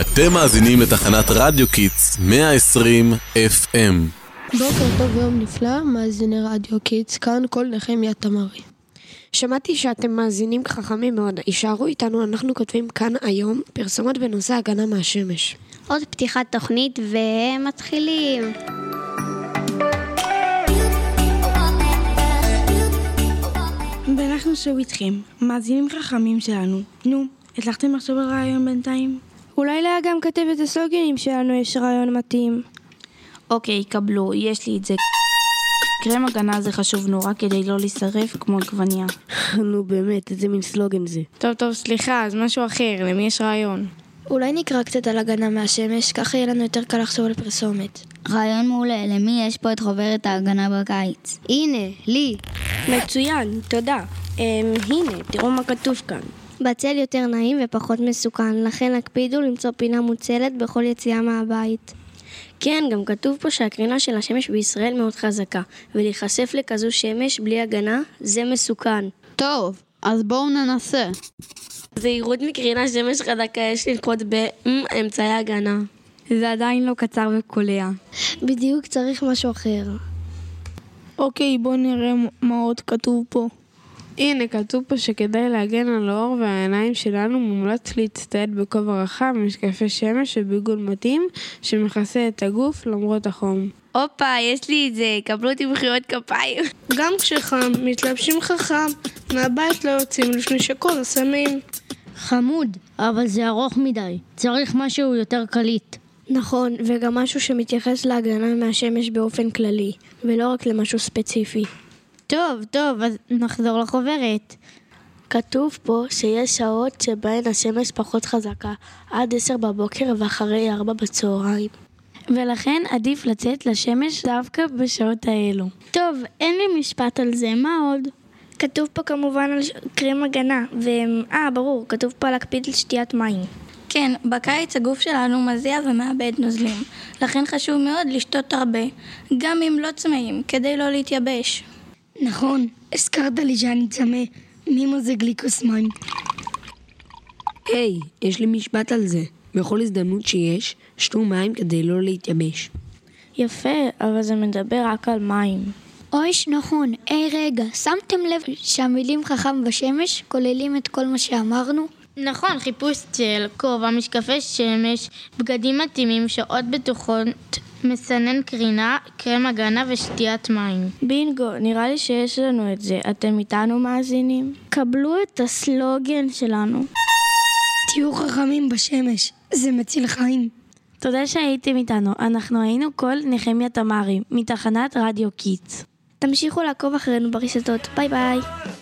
אתם מאזינים לתחנת רדיו קיטס 120 FM. בוקר טוב ויום נפלא, מאזיני רדיו קיטס, כאן כל נחמיה תמרי. שמעתי שאתם מאזינים חכמים מאוד, הישארו איתנו, אנחנו כותבים כאן היום פרסומות בנושא הגנה מהשמש. עוד פתיחת תוכנית ומתחילים. ואנחנו שוב איתכם, מאזינים חכמים שלנו. נו, הצלחתם לחשוב על רעיון בינתיים? אולי לאגם כתבת הסלוגנים שלנו יש רעיון מתאים. אוקיי, קבלו, יש לי את זה. קרם הגנה זה חשוב נורא כדי לא להישרף כמו עגבנייה. נו באמת, איזה מין סלוגן זה. טוב, טוב, סליחה, אז משהו אחר, למי יש רעיון? אולי נקרא קצת על הגנה מהשמש, ככה יהיה לנו יותר קל לחשוב על פרסומת. רעיון מעולה, למי יש פה את חוברת ההגנה בקיץ? הנה, לי. מצוין, תודה. אמ, הנה, תראו מה כתוב כאן. בצל יותר נעים ופחות מסוכן, לכן הקפידו למצוא פינה מוצלת בכל יציאה מהבית. כן, גם כתוב פה שהקרינה של השמש בישראל מאוד חזקה, ולהיחשף לכזו שמש בלי הגנה זה מסוכן. טוב, אז בואו ננסה. זהירות מקרינת שמש חזקה יש לנקוט באמצעי הגנה. זה עדיין לא קצר וקולע. בדיוק, צריך משהו אחר. אוקיי, בואו נראה מה עוד כתוב פה. הנה, כתוב פה שכדאי להגן על האור והעיניים שלנו, מומלץ להצטייד בכובע רחב, משקפי שמש וביגול מתאים, שמכסה את הגוף למרות החום. הופה, יש לי את זה, קבלו אותי מחיאות כפיים. גם כשחם, מתלבשים חכם, מהבית לא יוצאים לפני שכל הסמים. חמוד, אבל זה ארוך מדי, צריך משהו יותר קליט. נכון, וגם משהו שמתייחס להגנה מהשמש באופן כללי, ולא רק למשהו ספציפי. טוב, טוב, אז נחזור לחוברת. כתוב פה שיש שעות שבהן השמש פחות חזקה, עד עשר בבוקר ואחרי ארבע בצהריים. ולכן עדיף לצאת לשמש דווקא בשעות האלו. טוב, אין לי משפט על זה, מה עוד? כתוב פה כמובן על קרם הגנה, ו... אה, ברור, כתוב פה להקפיד על שתיית מים. כן, בקיץ הגוף שלנו מזיע ומאבד נוזלים, לכן חשוב מאוד לשתות הרבה, גם אם לא צמאים, כדי לא להתייבש. נכון, הזכרת לי שאני צמא. מימו זה גליקוס מים. היי, hey, יש לי משפט על זה. בכל הזדמנות שיש, שתו מים כדי לא להתייבש. יפה, אבל זה מדבר רק על מים. אוי, נכון. היי, hey, רגע, שמתם לב שהמילים חכם בשמש כוללים את כל מה שאמרנו? נכון, חיפוש צל, כובע, משקפי שמש, בגדים מתאימים, שעות בטוחות, מסנן קרינה, קרם הגנה ושתיית מים. בינגו, נראה לי שיש לנו את זה. אתם איתנו מאזינים? קבלו את הסלוגן שלנו. תהיו חכמים בשמש, זה מציל חיים. תודה שהייתם איתנו, אנחנו היינו כל נחמיה תמרי, מתחנת רדיו קיטס. תמשיכו לעקוב אחרינו ברשתות, ביי ביי.